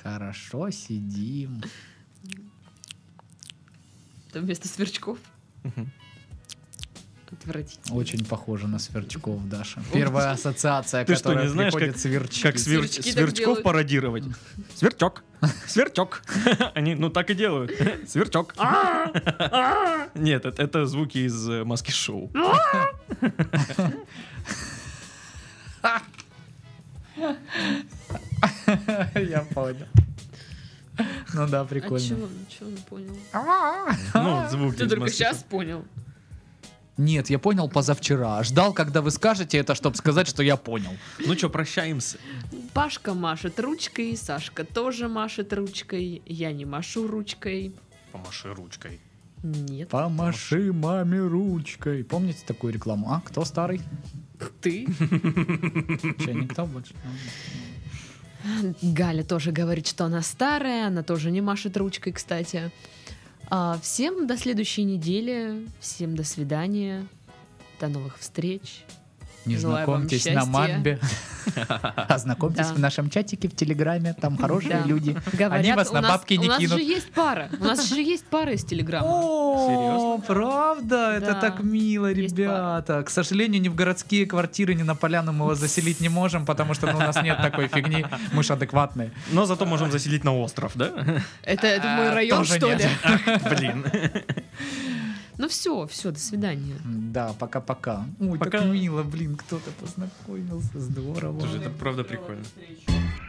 S1: Хорошо, сидим.
S2: Там вместо сверчков.
S3: Мгм.
S2: Отвратительно.
S1: Очень похоже на сверчков, Даша. Первая ассоциация,
S3: Ты что,
S1: которая
S3: не знаешь,
S1: приходит сверчки.
S3: Как свер-
S2: Сверчки так
S3: сверчков
S2: делают.
S3: пародировать. Сверчок. Сверчок. Они, ну, так и делают. Сверчок. Нет, это, это звуки из э, маски шоу.
S1: Я понял. Ну да,
S2: А чё,
S1: прикольно.
S2: он? Чё он понял?
S3: Ну, звуки
S2: Ты
S3: из
S2: только
S3: маски
S2: сейчас
S3: шоу.
S2: понял.
S1: Нет, я понял позавчера. Ждал, когда вы скажете это, чтобы сказать, что я понял.
S3: Ну что, прощаемся.
S2: Пашка машет ручкой, Сашка тоже машет ручкой, я не машу ручкой.
S3: Помаши ручкой.
S2: Нет,
S1: Помаши маме ручкой. Помните такую рекламу? А, кто старый?
S2: ты.
S1: Че, никто больше?
S2: Галя тоже говорит, что она старая, она тоже не машет ручкой, кстати. А, всем до следующей недели, всем до свидания, до новых встреч.
S1: Не
S2: Желаю вам
S1: знакомьтесь на
S2: счастья.
S1: Мамбе. А знакомьтесь
S2: Да.
S1: в нашем чатике в Телеграме. Там хорошие
S2: Да.
S1: люди.
S2: Говорят,
S1: Они вас
S2: у
S1: на
S2: нас-
S1: бабки не
S2: У нас же
S1: кинут.
S2: есть пара, у нас же есть пара из Телеграма.
S1: О, правда? Это
S2: Да.
S1: так мило,
S2: Есть
S1: ребята. К сожалению, ни в городские квартиры, ни на поляну мы вас заселить не можем, потому что ну, у нас нет такой фигни. Мы же адекватные.
S3: Но зато можем заселить на остров, да?
S2: Это, это мой
S1: А,
S2: район,
S1: тоже
S2: что
S1: нет.
S2: ли?
S3: Блин.
S2: Ну все, все, до свидания.
S1: Да, пока-пока. Ой,
S3: Пока.
S1: так мило, блин, кто-то познакомился. Здорово.
S3: Слушай, это правда прикольно.
S5: Встречу.